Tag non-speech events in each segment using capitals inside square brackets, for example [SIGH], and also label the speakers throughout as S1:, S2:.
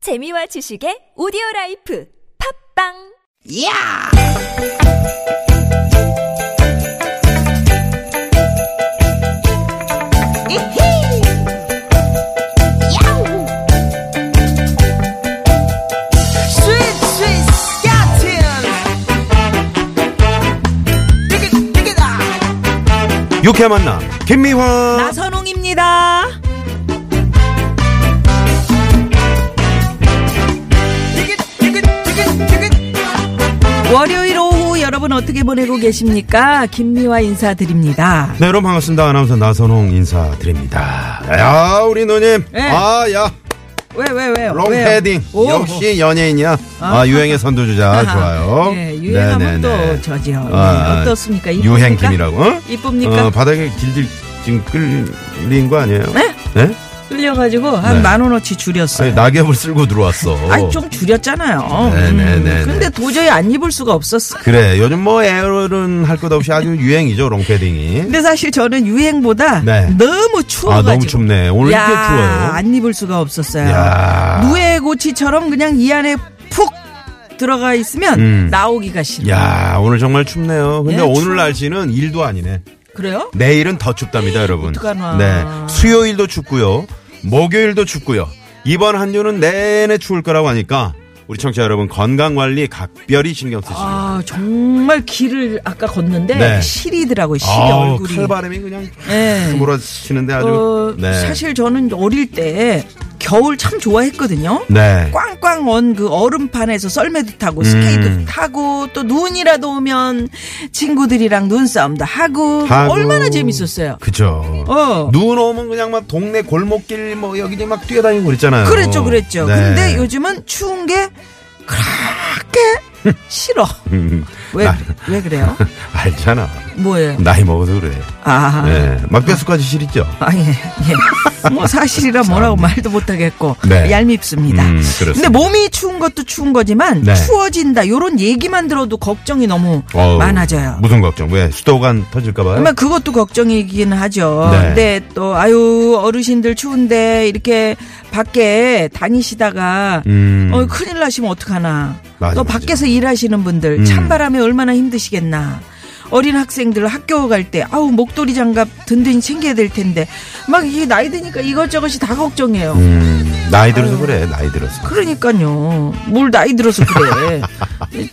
S1: 재미와 지식의 오디오 라이프 팝빵
S2: 야! 이히! 야우! 스윗 스윗 스캇틴! 띠깃 띠깃아!
S3: 유쾌 만남 김미화
S2: 나선홍입니다. 띠깃 띠깃 띠깃 띠깃
S4: 월요일 오후 여러분 어떻게 보내고 계십니까? 김미화 인사드립니다.
S3: 네 여러분 반갑습니다 아나운서 나선홍 인사드립니다 야 우리 누님
S4: 네.
S3: 아야
S4: 왜, 왜, 왜요? 왜요?
S3: 롱패딩
S4: 오.
S3: 역시 연예인이야 아,
S4: 아.
S3: 유행의 선두주자
S4: 아하.
S3: 좋아요
S4: 네,
S3: 네네네.
S4: 유행하면 또 저지요. 네,
S3: 아,
S4: 어떻습니까? 이쁩니까?
S3: 유행 김이라고 어?
S4: 이쁩니까?
S3: 어, 바닥에 길질 지금 끌린 거 아니에요
S4: 네?
S3: 네?
S4: 끌려가지고
S3: 네.
S4: 한 만원어치 줄였어요.
S3: 아니 낙엽을 쓸고 들어왔어
S4: 아니, 좀 줄였잖아요. 음.
S3: 네, 네, 네, 네.
S4: 근데 도저히 안 입을 수가 없었어.
S3: 그래 요즘 뭐 에어는 할 것 없이 아주 유행이죠 롱패딩이
S4: 근데 사실 저는 유행보다
S3: 네.
S4: 너무 추워가지고.
S3: 아 너무 춥네 오늘
S4: 야,
S3: 이렇게 추워요
S4: 안 입을 수가 없었어요.
S3: 야.
S4: 누에 고치처럼 그냥 이 안에 푹 들어가 있으면
S3: 음.
S4: 나오기가 싫어.
S3: 야 오늘 정말 춥네요. 근데
S4: 예,
S3: 오늘
S4: 추워.
S3: 날씨는 일도 아니네.
S4: 그래요?
S3: 내일은 더 춥답니다, 여러분.
S4: 어떡하나.
S3: 네, 수요일도 춥고요, 목요일도 춥고요. 이번 한 주는 내내 추울 거라고 하니까 우리 청취자 여러분 건강 관리 각별히 신경 쓰시고.
S4: 아 정말 길을 아까 걷는데
S3: 네.
S4: 시리더라고요. 시리
S3: 아우
S4: 얼굴이.
S3: 칼바람이 그냥
S4: 예.
S3: 몰아치는데
S4: 어,
S3: 아주. 네.
S4: 사실 저는 어릴 때 겨울 참 좋아했거든요.
S3: 네.
S4: 꽝꽝 언 그 얼음판에서 썰매도 타고 스케이트 타고 또 눈이라도 오면 친구들이랑 눈싸움도 하고,
S3: 하고.
S4: 얼마나 재밌었어요.
S3: 그죠.
S4: 어.
S3: 눈 오면 그냥 막 동네 골목길 뭐 여기저기 막 뛰어다니고 그랬잖아요.
S4: 그랬죠, 그랬죠.
S3: 네.
S4: 근데 요즘은 추운 게 그렇게 싫어.
S3: 음,
S4: 왜, 왜 그래요?
S3: 알잖아.
S4: 뭐예요?
S3: 나이 먹어서 그래.
S4: 아.
S3: 네. 막 뼛속까지 시리죠.
S4: 아, 예, 예. 뭐 사실이라 뭐라고 말도 못하겠고.
S3: 네.
S4: 얄밉습니다.
S3: 음, 그렇습니다.
S4: 근데 몸이 추운 것도 추운 거지만
S3: 네.
S4: 추워진다. 요런 얘기만 들어도 걱정이 너무
S3: 어우,
S4: 많아져요.
S3: 무슨 걱정? 왜 수도관 터질까봐요?
S4: 아마 그것도 걱정이긴 하죠.
S3: 네.
S4: 근데 또 아유 어르신들 추운데 이렇게 밖에 다니시다가
S3: 음.
S4: 어, 큰일 나시면 어떡하나.
S3: 맞아, 맞아.
S4: 또
S3: 음.
S4: 밖에서 일하시는 분들 찬바람에 얼마나 힘드시겠나. 어린 학생들 학교 갈 때 아우 목도리 장갑 든든히 챙겨야 될 텐데 막 이게 나이 드니까 이것저것이 다 걱정해요.
S3: 음, 나이 들어서 그래, 나이 들어서.
S4: 그러니까요. 뭘 나이 들어서
S3: [LAUGHS]
S4: 그래.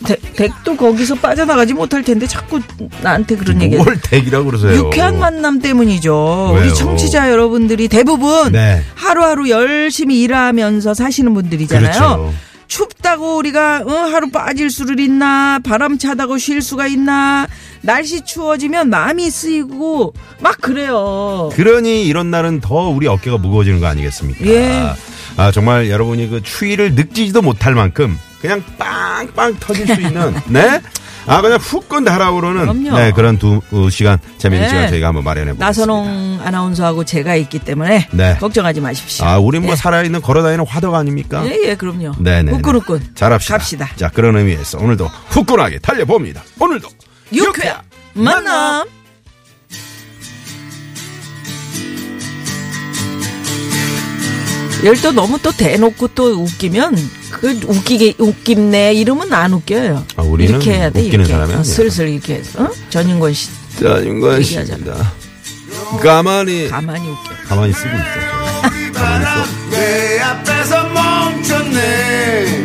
S4: 대- 댁도 거기서 빠져나가지 못할 텐데 자꾸 나한테 그런 얘기.
S3: 뭘 대기라고 그러세요?
S4: 유쾌한 만남 때문이죠.
S3: 왜요?
S4: 우리 청취자 여러분들이 대부분
S3: 네.
S4: 하루하루 열심히 일하면서 사시는 분들이잖아요.
S3: 그렇죠.
S4: 춥다고 우리가 어, 하루 빠질 수를 있나 바람 차다고 쉴 수가 있나 날씨 추워지면 마음이 쓰이고 막 그래요.
S3: 그러니 이런 날은 더 우리 어깨가 무거워지는 거 아니겠습니까?
S4: 예.
S3: 아, 정말 여러분이 그 추위를 느끼지도 못할 만큼 그냥 빵빵 터질 수
S4: [LAUGHS]
S3: 있는, 네? 아, 그냥 훅건 달아오르는
S4: 그럼요.
S3: 네, 그런 두 어, 시간, 재미있는
S4: 네.
S3: 시간 저희가 한번 마련해 보겠습니다.
S4: 나선홍 아나운서하고 제가 있기 때문에
S3: 네.
S4: 걱정하지 마십시오.
S3: 아, 우린 뭐 살아있는 걸어다니는 화덕 아닙니까?
S4: 예, 예, 그럼요.
S3: 네네.
S4: 후끈후끈.
S3: 잘합시다.
S4: 갑시다.
S3: 자, 그런 의미에서 오늘도 후끈하게 달려봅니다. 오늘도
S4: 유쾌 만남. 열또 너무 또 대놓고 또 웃기면 그 웃기게 웃김네 이러면 안 웃겨요.
S3: 아, 우리는
S4: 이렇게 해야 돼.
S3: 웃기는
S4: 이렇게.
S3: 사람이 아니에요.
S4: 슬슬 이렇게 해서. 어? 전인권 씨
S3: 짜증과
S4: 얘기하자.
S3: 싶다. 가만히
S4: 가만히 웃겨.
S3: 가만히 쓰고 있어. 저는. 가만히 써.
S5: 내 앞에서 멈췄네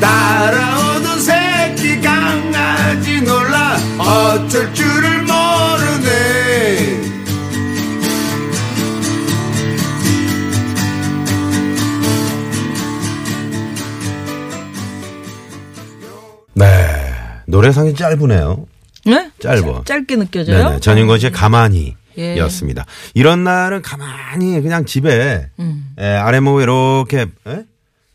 S5: 따라오던 새끼 강아지 놀라 어쩔 줄을 모르네
S3: 네. 노래상이 짧으네요.
S4: 네?
S3: 짧아.
S4: 짧- 짧게 느껴져요? 음.
S3: 네네. 전인권 씨의 가만히.
S4: 예. 음.
S3: 였습니다. 이런 날은 가만히 그냥 집에 에, 아랫목에 이렇게 에?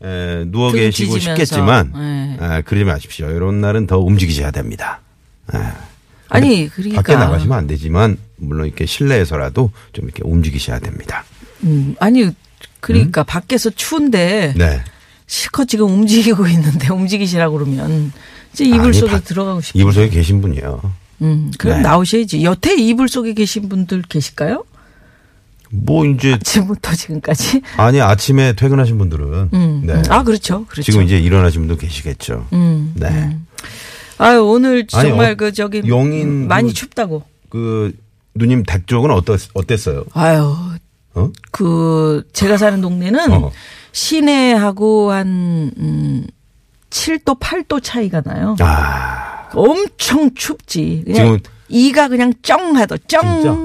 S3: 에, 누워
S4: 등
S3: 계시고
S4: 뒤지면서. 예.
S3: 싶겠지만 에, 그러지 마십시오. 이런 날은 더 움직이셔야 됩니다. 예.
S4: 아니, 그러니까
S3: 밖에 나가시면 안 되지만 물론 이렇게 실내에서라도 좀 이렇게 움직이셔야 됩니다.
S4: 음, 아니 그러니까 밖에서 추운데
S3: 음? 네.
S4: 실컷 지금 움직이고 있는데 움직이시라고 그러면 이제 이불
S3: 아니,
S4: 속에
S3: 바-
S4: 들어가고 싶어.
S3: 이불 속에 계신 분이요.
S4: 음, 그럼
S3: 네.
S4: 나오셔야지. 여태 이불 속에 계신 분들 계실까요?
S3: 뭐 이제
S4: [LAUGHS] 지금부터 지금까지.
S3: 아니 아침에 퇴근하신 분들은 네.
S4: 음. 아 그렇죠, 그렇죠.
S3: 지금 이제 일어나신 분도 계시겠죠.
S4: 음.
S3: 네.
S4: 아유 오늘
S3: 아니,
S4: 정말
S3: 어,
S4: 그 저기
S3: 용인
S4: 음, 많이
S3: 그-
S4: 춥다고.
S3: 그 누님 댁 쪽은 어땠 어땠어요?
S4: 아유
S3: 어?
S4: 그 제가 사는 동네는
S3: 어.
S4: 시내하고 한 음, 7도 8도 차이가 나요.
S3: 아
S4: 엄청 춥지. 그냥
S3: 지금-
S4: 이가 그냥 쩡하더 쩡
S3: 진짜?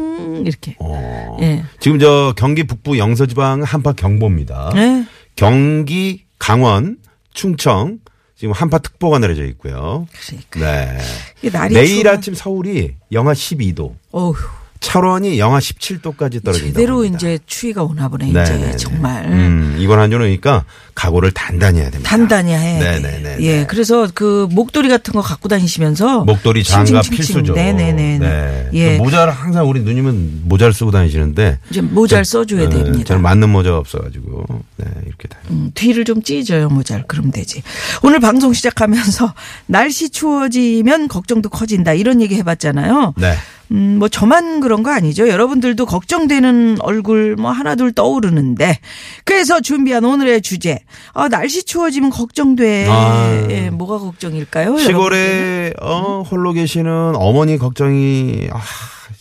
S4: 이렇게.
S3: 어.
S4: 예.
S3: 지금 저 경기 북부 영서지방 한파 경보입니다.
S4: 예.
S3: 경기, 강원, 충청 지금 한파 특보가 내려져 있고요.
S4: 그러니까.
S3: 네.
S4: 이게 날이
S3: 내일
S4: 추워.
S3: 아침 서울이 영하 12도,
S4: 어휴.
S3: 철원이 영하 17도까지 떨어진다.
S4: 제대로 이제 추위가 오나 보네
S3: 네,
S4: 이제
S3: 네, 네.
S4: 정말.
S3: 음, 이번 한 주는 그러니까 각오를 단단히 해야 됩니다.
S4: 단단히 해.
S3: 네네네.
S4: 예, 그래서 그 목도리 같은 거 갖고 다니시면서
S3: 목도리 장갑
S4: 칭칭칭칭.
S3: 필수죠.
S4: 네네네.
S3: 네.
S4: 예,
S3: 또 모자를 항상 우리 누님은 모자를 쓰고 다니시는데
S4: 이제 모자를 써줘야
S3: 네,
S4: 됩니다.
S3: 저는 맞는 모자가 없어가지고 네, 이렇게 다.
S4: 음, 뒤를 좀 찢어요 모자를 그럼 되지. 오늘 방송 시작하면서 [LAUGHS] 날씨 추워지면 걱정도 커진다 이런 얘기 해봤잖아요.
S3: 네.
S4: 음, 뭐 저만 그런 거 아니죠. 여러분들도 걱정되는 얼굴 뭐 하나둘 떠오르는데 그래서 준비한 오늘의 주제. 아, 날씨 추워지면 걱정돼.
S3: 아.
S4: 예, 뭐가 걱정일까요? 어, 여러분들은?
S3: 시골에 어,
S4: 음.
S3: 홀로 계시는 어머니 걱정이 아,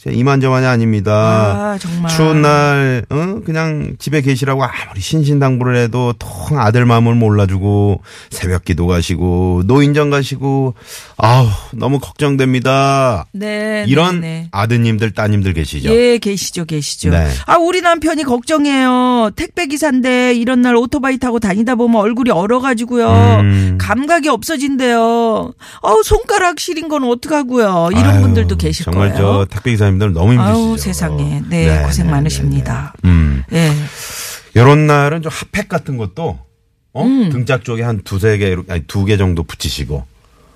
S3: 진짜 이만저만이 아닙니다.
S4: 아, 정말.
S3: 추운 날 어? 그냥 집에 계시라고 아무리 신신당부를 해도 통 아들 마음을 몰라주고 새벽기도 가시고 노인정 가시고 아우 너무 걱정됩니다.
S4: 네,
S3: 이런
S4: 네, 네.
S3: 아드님들 따님들 계시죠?
S4: 예, 계시죠, 계시죠.
S3: 네.
S4: 아, 우리 남편이 걱정해요. 택배기사인데 이런 날 오토바이 타고 다니다 보면 얼굴이 얼어가지고요.
S3: 음.
S4: 감각이 없어진대요. 어우, 손가락 시린 건 어떡하고요. 이런
S3: 아유,
S4: 분들도 계실
S3: 정말
S4: 거예요.
S3: 저 택배기사님들 너무 힘드시죠.
S4: 아우, 세상에. 네, 고생 많으십니다.
S3: 네, 네. 음.
S4: 예.
S3: 요런 날은 좀 핫팩 같은 것도 어?
S4: 음.
S3: 등짝 쪽에 한 두세 개 이렇게, 아니 두 개 정도 붙이시고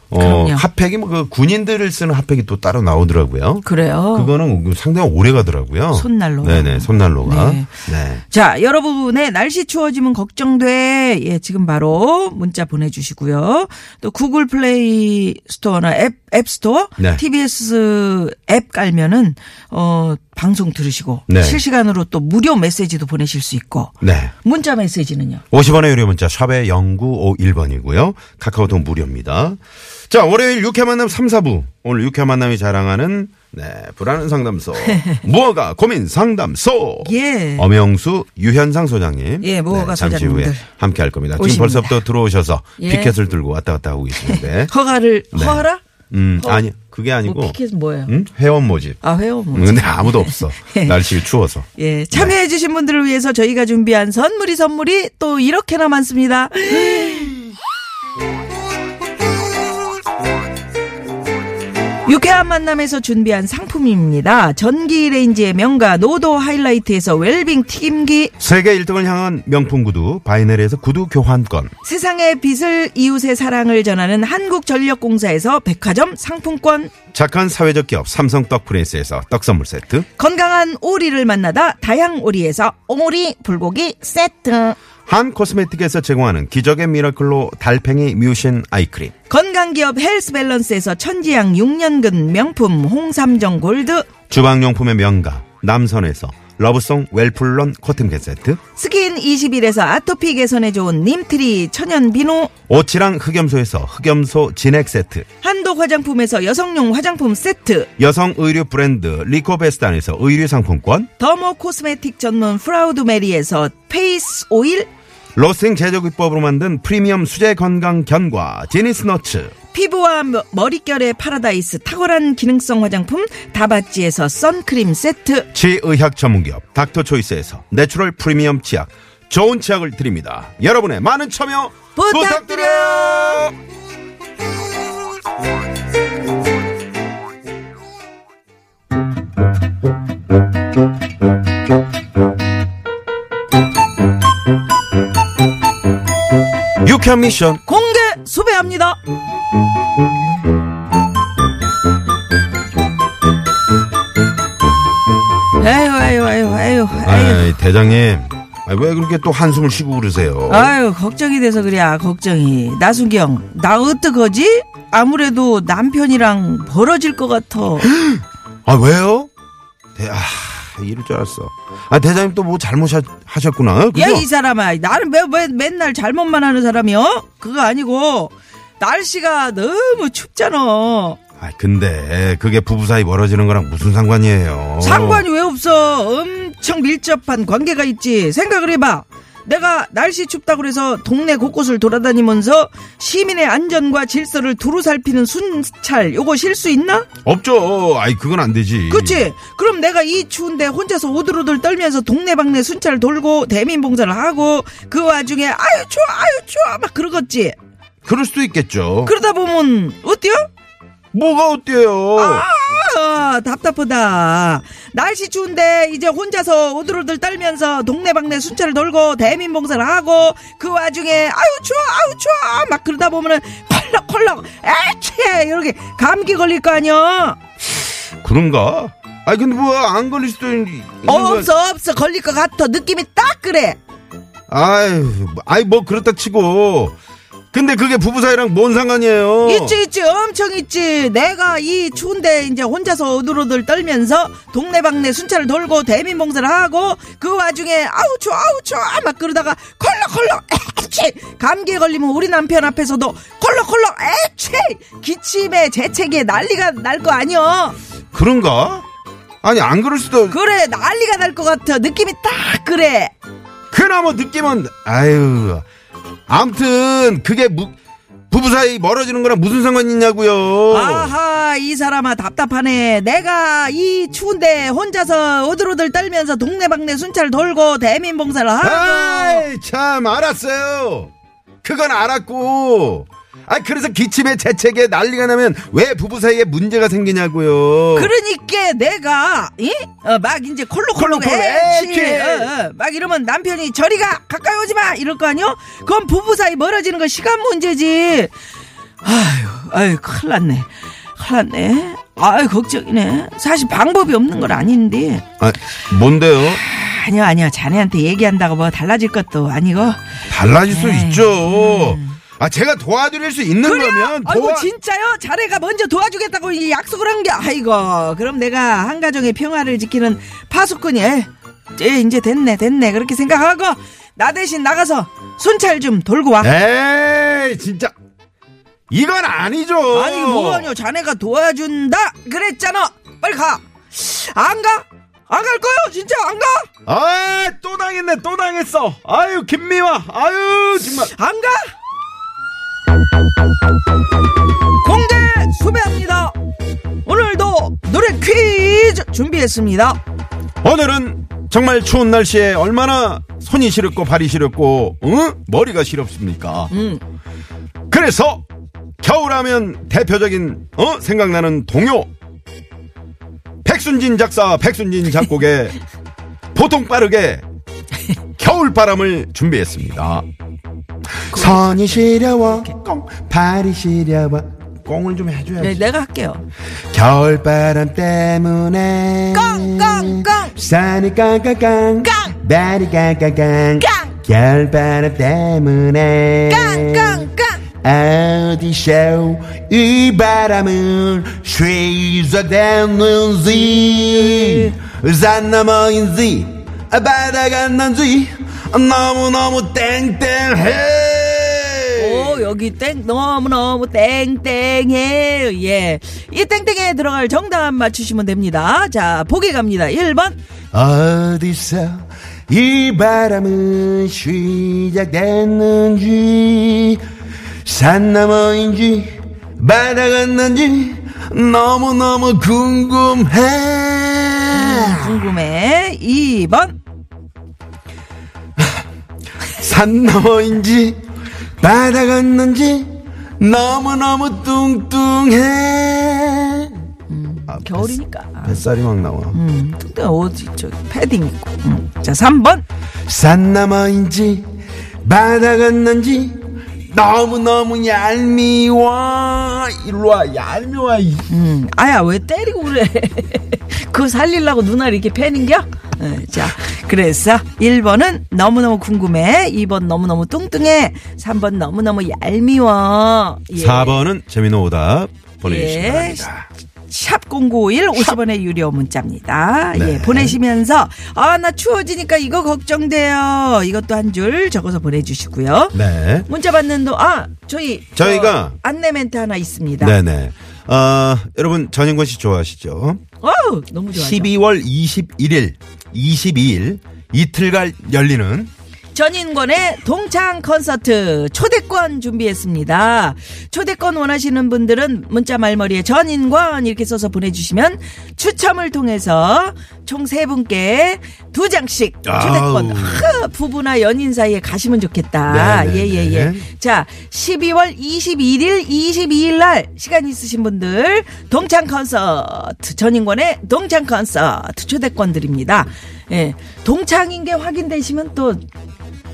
S3: 어
S4: 그럼요.
S3: 핫팩이 뭐 그 군인들을 쓰는 핫팩이 또 따로 나오더라고요.
S4: 그래요.
S3: 그거는 상당히 오래 가더라고요.
S4: 손난로.
S3: 네네 손난로가.
S4: 네.
S3: 네.
S4: 자, 여러분의 날씨 추워지면 걱정돼. 예, 지금 바로 문자 보내주시고요. 또 구글 플레이 스토어나 앱, 앱 스토어,
S3: 네.
S4: TBS 앱 깔면은, 어, 방송 들으시고,
S3: 네.
S4: 실시간으로 또 무료 메시지도 보내실 수 있고,
S3: 네.
S4: 문자 메시지는요.
S3: 50원의 유료 문자 샵의 0951번이고요. 카카오톡 무료입니다. 자, 월요일 육회 만남 3, 4부. 오늘 육회 만남이 자랑하는 네, 불안한
S4: [LAUGHS]
S3: 상담소. 무허가 고민 상담소.
S4: 예.
S3: 엄영수 유현상 소장님. 네,
S4: 예, 무허가
S3: 잠시
S4: 소장님들
S3: 후에 함께 할 겁니다. 지금
S4: 오십니다.
S3: 벌써부터 들어오셔서
S4: 예.
S3: 피켓을 들고 왔다 갔다 하고
S4: [LAUGHS]
S3: 계시는데.
S4: 허가를, 허라?
S3: 음, 아니, 그게 아니고.
S4: 뭐, 피켓은 뭐예요?
S3: 네. 음? 네. 회원 모집. 음,
S4: 아, 회원 뭐.
S3: 근데 아무도 없어. 날씨 추워서.
S4: 예, 참여해주신 분들을 위해서 저희가 준비한 선물이 선물이 또 이렇게나 많습니다. 유쾌한 만남에서 준비한 상품입니다. 전기레인지의 명가 노도 하이라이트에서 웰빙 튀김기
S3: 세계 1등을 향한 명품 구두 바이네리에서 구두 교환권.
S4: 세상의 빛을 이웃의 사랑을 전하는 한국전력공사에서 백화점 상품권
S3: 착한 사회적 기업 삼성 떡프린스에서 떡 선물 세트,
S4: 건강한 오리를 만나다 다양오리에서 오리 불고기 세트
S3: 한 코스메틱에서 제공하는 기적의 미라클로 달팽이 뮤신 아이크림,
S4: 건강기업 헬스 밸런스에서 천지양 6년근 명품 홍삼정 골드,
S3: 주방용품의 명가 남선에서 러브송 웰플런 코팅게 세트,
S4: 스킨 21에서 아토피 개선에 좋은 님트리 천연 비누,
S3: 오치랑 흑염소에서 흑염소 진액 세트,
S4: 한독 화장품에서 여성용 화장품 세트,
S3: 여성 의류 브랜드 리코베스탄에서 의류 상품권,
S4: 더모 코스메틱 전문 프라우드 메리에서 페이스 오일,
S3: 로스팅 제조 기법으로 만든 프리미엄 수제 건강 견과 제니스 너츠,
S4: 피부와 머- 머릿결의 파라다이스 탁월한 기능성 화장품 다바찌에서 선크림 세트,
S3: 치의학 전문기업 닥터초이스에서 내추럴 프리미엄 치약 좋은 치약을 드립니다. 여러분의 많은 참여 부탁드려요. 유쾌한 미션
S4: 공개 수배합니다. 아유 아유 아유 아유 아유
S3: 아이, 대장님 아, 왜 그렇게 또 한숨을 쉬고 그러세요
S4: 아유 걱정이 돼서 그래야 걱정이 나순경 나 어떡하지? 아무래도 남편이랑 벌어질 것 같아
S3: 아 왜요? 대- 아, 이럴 줄 알았어. 아, 대장님 또 뭐 잘못하셨구나.
S4: 야,
S3: 그죠?
S4: 이 사람아. 나는 왜, 왜 맨날 잘못만 하는 사람이요? 그거 아니고, 날씨가 너무 춥잖아.
S3: 아, 근데 그게 부부 사이 멀어지는 거랑 무슨 상관이에요?
S4: 상관이 왜 없어? 엄청 밀접한 관계가 있지. 생각을 해봐. 내가 날씨 춥다고 그래서 동네 곳곳을 돌아다니면서 시민의 안전과 질서를 두루 살피는 순찰, 요거 실수 있나?
S3: 없죠. 아이, 그건 안 되지.
S4: 그치? 그럼 내가 이 추운데 혼자서 오들오들 떨면서 동네방네 순찰 돌고 대민봉사를 하고 그 와중에 아유 추워 아유 추워 막 그러겠지
S3: 그럴 수도 있겠죠.
S4: 그러다 보면 어때요?
S3: 뭐가 어때요?
S4: 아, 답답하다. 날씨 추운데 이제 혼자서 오들오들 떨면서 동네방네 순찰을 돌고 대민 봉사를 하고 그 와중에 아유 추워 아유 추워 막 그러다 보면은 콜록콜록 에취해 이렇게 감기 걸릴 거 아니야.
S3: 그런가? 아이, 근데 뭐 안 걸릴 수도 있는
S4: 어,
S3: 건-
S4: 없어 없어 걸릴 것 같아 느낌이 딱 그래.
S3: 아유, 아이 뭐 그렇다 치고. 근데 그게 부부 사이랑 뭔 상관이에요?
S4: 있지 있지 엄청 있지 내가 이 추운데 이제 혼자서 오들오들 떨면서 동네방네 순찰을 돌고 대민봉사를 하고 그 와중에 아우 추워 아우 추워 막 그러다가 콜록콜록 에취 감기에 걸리면 우리 남편 앞에서도 콜록콜록 에취 기침에 재채기에 난리가 날 거 아니여
S3: 그런가? 아니 안 그럴 수도.
S4: 그래 난리가 날 것 같아 느낌이 딱 그래
S3: 그나마 느낌은 아유. 암튼 그게 무- 부부 사이 멀어지는 거랑 무슨 상관이 있냐고요.
S4: 아하 이 사람아 답답하네 내가 이 추운데 혼자서 오들오들 떨면서 동네방네 순찰 돌고 대민봉사를 하고
S3: 아이, 참 알았어요. 그건 알았고. 아 그래서 기침에 재채기에 난리가 나면 왜 부부 사이에 문제가 생기냐고요.
S4: 그러니까 내가 이? 어, 막 이제 콜록콜록
S3: 콜록콜록
S4: 애취
S3: 애취.
S4: 어, 어, 막 이러면 남편이 저리가 가까이 오지마 이럴 거 아니요 그건 부부 사이 멀어지는 건 시간 문제지 아유 아유 큰일 났네 큰일 났네 아유 걱정이네 사실 방법이 없는 건 아닌데
S3: 아, 뭔데요?
S4: 아니야 아니야 자네한테 얘기한다고 뭐 달라질 것도 아니고
S3: 달라질 수
S4: 네.
S3: 있죠. 아 제가 도와드릴 수 있는 거면
S4: 음. 아이고
S3: 도와.
S4: 진짜요? 자네가 먼저 도와주겠다고 이 약속을 한 게 아이고 그럼 내가 한 가정의 평화를 지키는 파수꾼이 에, 예, 이제 됐네 됐네 그렇게 생각하고 나 대신 나가서 순찰 좀 돌고
S3: 네.
S4: 와
S3: 에이 진짜 이건 아니죠.
S4: 아니 이거 뭐하냐 자네가 도와준다 그랬잖아 빨리 가안 가? 안 갈 거요? 진짜 안 가?
S3: 아, 또 당했네, 또 당했어. 아유, 김미화, 아유, 정말.
S4: 안 가? 공개 수배합니다 오늘도 노래 퀴즈 준비했습니다
S3: 오늘은 정말 추운 날씨에 얼마나 손이 시렵고 발이 시렵고, 응? 머리가 시렵습니까?
S4: 음.
S3: 그래서 겨울하면 대표적인 어 생각나는 동요. 백순진 작사, 백순진 작곡의 보통 빠르게 겨울 바람을 준비했습니다. 선이 시려워, 꽁, 발이 시려워. 꽁을 좀 해줘야지.
S4: 네, 내가 할게요.
S3: 겨울바람 때문에
S4: 깡, 깡, 깡.
S3: 산이 깡깡깡
S4: 깡.
S3: 발이 깡깡깡
S4: 깡.
S3: 겨울바람 때문에
S4: 깡깡깡.
S3: 어디서 이 바람은 쉬어대는지 산 너머인지 바다 갔는지 너무너무 땡땡해
S4: 오, 여기 땡, 너무너무 땡땡해. 예. 이 땡땡에 들어갈 정답 맞추시면 됩니다. 자, 보기 갑니다. 1번.
S3: 어디서 이 바람은 시작됐는지 산 너머인지 바다 갔는지 너무너무 궁금해
S4: 궁금해. 2번.
S3: 산 너머인지 바다 갔는지 너무너무 뚱뚱해
S4: 겨울이니까. 아,
S3: 뱃살이 막 나와
S4: 음, 근데 어디, 저 패딩 입고. 음. 자, 3번.
S3: 산 너머인지 바다 갔는지 너무너무 얄미워 일로와 얄미워 이.
S4: 음, 아야, 왜 때리고 그래. [LAUGHS] 그거 살리려고 눈알 이렇게 패는 겨? 예, 자, 그래서 1번은 너무너무 궁금해. 2번 너무너무 뚱뚱해. 3번 너무너무 얄미워. 예.
S3: 4번은 재미노 오답 보내주시기
S4: 예.
S3: 바랍니다
S4: 샵 0951 50원의 유료 문자입니다.
S3: 네.
S4: 예, 보내시면서 아, 나 추워지니까 이거 걱정돼요. 이것도 한 줄 적어서 보내 주시고요.
S3: 네.
S4: 문자 받는 동 아, 저희 저
S3: 저희가-
S4: 안내 멘트 하나 있습니다.
S3: 네네. 어, 여러분 전인권 씨 좋아하시죠?
S4: 어우, 너무 좋아요.
S3: 12월 21일, 22일 이틀간 열리는
S4: 전인권의 동창 콘서트 초대권 준비했습니다. 초대권 원하시는 분들은 문자 말머리에 전인권 이렇게 써서 보내주시면 추첨을 통해서 총 세 분께 두 장씩
S3: 아우.
S4: 초대권 하, 부부나 연인 사이에 가시면 좋겠다.
S3: 네, 네,
S4: 예예예.
S3: 네.
S4: 자 12월 21일 22일 날 시간 있으신 분들 동창 콘서트 전인권의 동창 콘서트 초대권 드립니다. 예, 동창인 게 확인되시면 또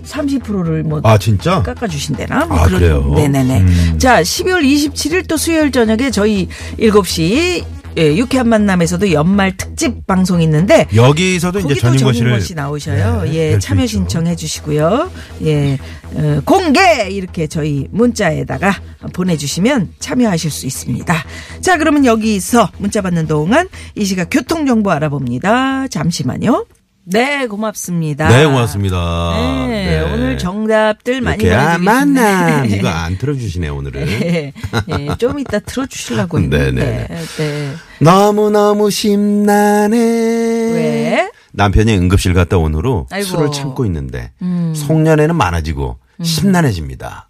S4: 30%를 뭐
S3: 아 진짜?
S4: 깎아주신대나? 뭐
S3: 아,
S4: 그런-
S3: 그래요?
S4: 네네네.
S3: 음.
S4: 자, 12월 27일 또 수요일 저녁에 저희 7시 예, 유쾌한 만남에서도 연말 특집 방송이 있는데
S3: 여기서도 이제
S4: 거기도
S3: 전인권
S4: 정인권
S3: 씨를
S4: 씨 나오셔요.
S3: 네,
S4: 예,
S3: 뵐수
S4: 참여
S3: 있죠.
S4: 신청해 주시고요. 예, 어, 공개 이렇게 저희 문자에다가 보내주시면 참여하실 수 있습니다. 자, 그러면 여기서 문자 받는 동안 이 시각 교통 정보 알아봅니다. 잠시만요. 네, 고맙습니다.
S3: 네, 고맙습니다.
S4: 네,
S3: 네.
S4: 오늘 정답들 많이
S3: 이렇게, 아, 만남
S4: [LAUGHS] 보내주셨네.
S3: 이거 아. 안 틀어주시네 오늘은.
S4: 네, 네, 좀 이따 틀어주시려고
S3: [LAUGHS]
S4: 했는데.
S3: 네네.
S4: 네.
S3: 너무 너무 심란해.
S4: 왜?
S3: 남편이 응급실 갔다 온 후로
S4: 아이고. 음.
S3: 술을 참고 있는데 송년회는 많아지고 심란해집니다.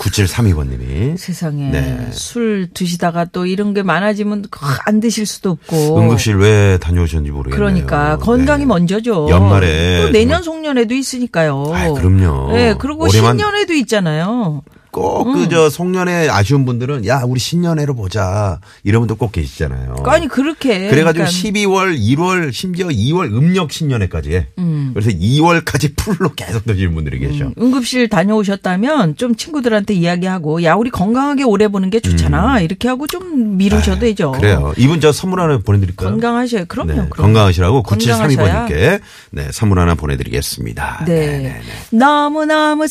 S3: 9732번님이
S4: 세상에
S3: 네.
S4: 술 드시다가 또 이런 게 많아지면 그- 안 드실 수도 없고.
S3: 응급실 왜 다녀오셨는지 모르겠네요.
S4: 그러니까 건강이
S3: 네.
S4: 먼저죠.
S3: 연말에
S4: 또 내년 송년회도 있으니까요.
S3: 아이, 그럼요.
S4: 네, 그리고
S3: 올해만-
S4: 신년회도 있잖아요.
S3: 꼭
S4: 음.
S3: 그 저 송년회 아쉬운 분들은 야 우리 신년회로 보자 이런 분들 꼭 계시잖아요.
S4: 아니 그렇게
S3: 어. 그래가지고
S4: 그러니까
S3: 12월, 1월, 심지어 2월 음력 신년회까지 해.
S4: 음.
S3: 그래서 2월까지 풀로 계속 드시는 분들이 계셔.
S4: 응급실 다녀오셨다면 좀 친구들한테 이야기하고 야 우리 건강하게 오래 보는 게 좋잖아 이렇게 하고 좀 미루셔도 되죠.
S3: 음. 아, 그래요. 이분 저 선물 하나 보내드릴까요?
S4: 건강하셔야 그럼요.
S3: 네,
S4: 그럼요.
S3: 건강하시라고
S4: 건강하셔야.
S3: 9732번님께 네, 선물 하나 보내드리겠습니다.
S4: 네. 너무너무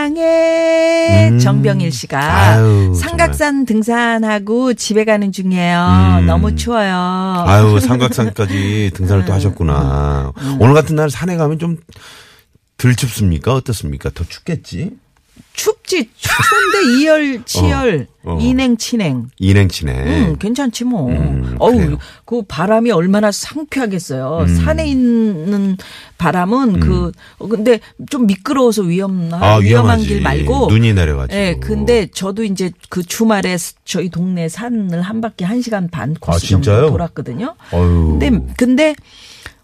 S4: 사랑해.
S3: 음.
S4: 정병일 씨가
S3: 아유,
S4: 삼각산 등산하고 집에 가는 중이에요.
S3: 음.
S4: 너무 추워요.
S3: 아유, 삼각산까지 등산을
S4: 네.
S3: 또 하셨구나.
S4: 음.
S3: 오늘 같은 날 산에 가면 좀 덜 춥습니까? 어떻습니까? 더 춥겠지?
S4: 춥지. 추운데 [LAUGHS] 이열, 치열,
S3: 어.
S4: 인행, 친행.
S3: 인행치네.
S4: 음, 괜찮지 뭐.
S3: 음,
S4: 어우,
S3: 그래요. 음.
S4: 그 바람이 얼마나 상쾌하겠어요. 산에 있는 바람은 그 근데 좀 미끄러워서 위험
S3: 아,
S4: 위험한
S3: 위험하지.
S4: 길 말고
S3: 눈이 내려가지고.
S4: 예, 근데 저도 이제 그 주말에 스- 저희 동네 산을 한 바퀴 한 시간 반 코스
S3: 아, 진짜요?
S4: 정도 돌았거든요.
S3: 어휴.
S4: 근데 근데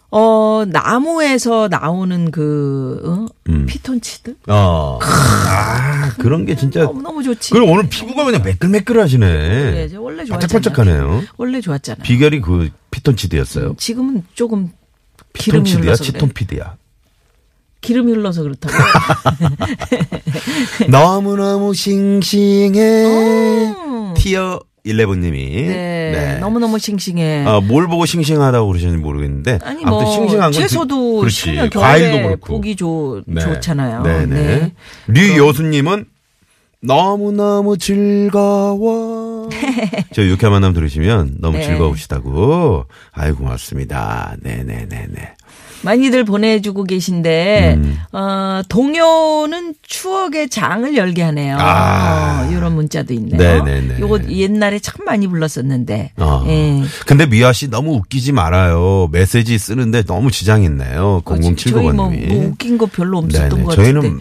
S4: 어 나무에서 나오는 그 어?
S3: 음.
S4: 피톤치드
S3: 어. 아, 그런 게 진짜.
S4: 너무 너무 좋지.
S3: 그럼 오늘 피부가 그냥 매끌매끌하시네.
S4: 예, 저 원래 좋았잖아요.
S3: 반짝반짝하네요.
S4: 원래 좋았잖아요. 음,
S3: 비결이 그 피톤치드였어요.
S4: 지금은 조금 기름이
S3: 피톤치드야,
S4: 흘러서 그래.
S3: 치톤피드야.
S4: 기름이
S3: [LAUGHS]
S4: 흘러서 그렇다고.
S3: 너무 너무 싱싱해. 티어 11님이
S4: 어. 음, 네. 너무너무 싱싱해.
S3: 아, 뭘 보고 싱싱하다고 그러셨는지 모르겠는데
S4: 아니
S3: 아무튼
S4: 뭐
S3: 싱싱한 건
S4: 채소도
S3: 그렇지.
S4: 식물
S3: 과일도
S4: 겨울에
S3: 그렇고.
S4: 보기 좋
S3: 네.
S4: 좋잖아요.
S3: 네네.
S4: 네.
S3: 류여수님은 너무너무
S4: [LAUGHS]
S3: 즐거워. 저 유쾌한 만남 들으시면 너무
S4: 네.
S3: 즐거우시다고. 아이 고맙습니다. 네네네네.
S4: 많이들 보내주고 계신데
S3: 음.
S4: 어, 동요는 추억의 장을 열게 하네요.
S3: 아.
S4: 어, 이런 문자도 있네요.
S3: 네네네.
S4: 요거 옛날에 참 많이 불렀었는데.
S3: 어.
S4: 예.
S3: 근데 미아 씨 너무 웃기지 말아요. 메시지 쓰는데 너무 지장했네요.
S4: 저희 뭐,
S3: 0079번님이. 네,
S4: 뭐 웃긴 거 별로 없었던 것 같은데.
S3: 저희는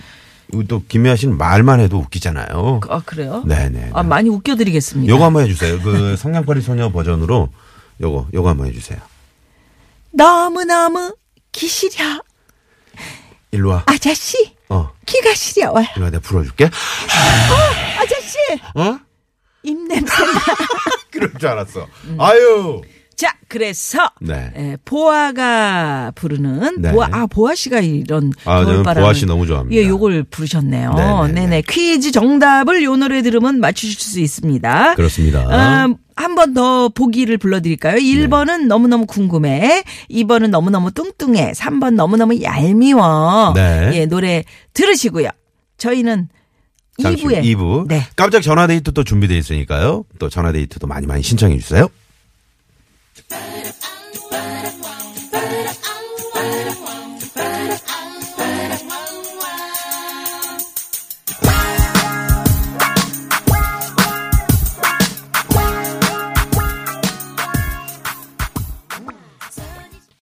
S3: 또 김미아 씨는 말만 해도 웃기잖아요.
S4: 아 그래요?
S3: 네네.
S4: 아 많이 웃겨드리겠습니다.
S3: 요거 한번 해주세요. 그 성냥팔이 소녀 버전으로 요거 요거 한번 해주세요.
S4: 너무너무 기시려
S3: 일로 와.
S4: 아저씨
S3: 어.
S4: 귀가 시려워요.
S3: 일로 와 내가 불어줄게.
S4: 아저씨
S3: 어?
S4: 입냄새 나.
S3: [LAUGHS] 그럴 줄 알았어. 아유.
S4: 자, 그래서
S3: 네.
S4: 에, 예, 보아가 부르는
S3: 네.
S4: 보아 아 보아 씨가 이런
S3: 아, 저는
S4: 겨울바람을-
S3: 보아 씨 너무 좋아합니다.
S4: 예, 요걸 부르셨네요.
S3: 네네네.
S4: 네네. 퀴즈 정답을 요 노래 들으면 맞추실 수 있습니다. 아, 음,
S3: 그렇습니다.
S4: 한 번 더 보기를 불러드릴까요?
S3: 네.
S4: 1번은 너무너무 궁금해. 2번은 너무너무 뚱뚱해. 3번 너무너무 얄미워.
S3: 네.
S4: 예, 노래 들으시고요. 저희는
S3: 잠시 후
S4: 2부에.
S3: 2부.
S4: 네.
S3: 깜짝 전화 데이트 또 준비되어 있으니까요. 또 전화 데이트도 많이 많이 신청해 주세요.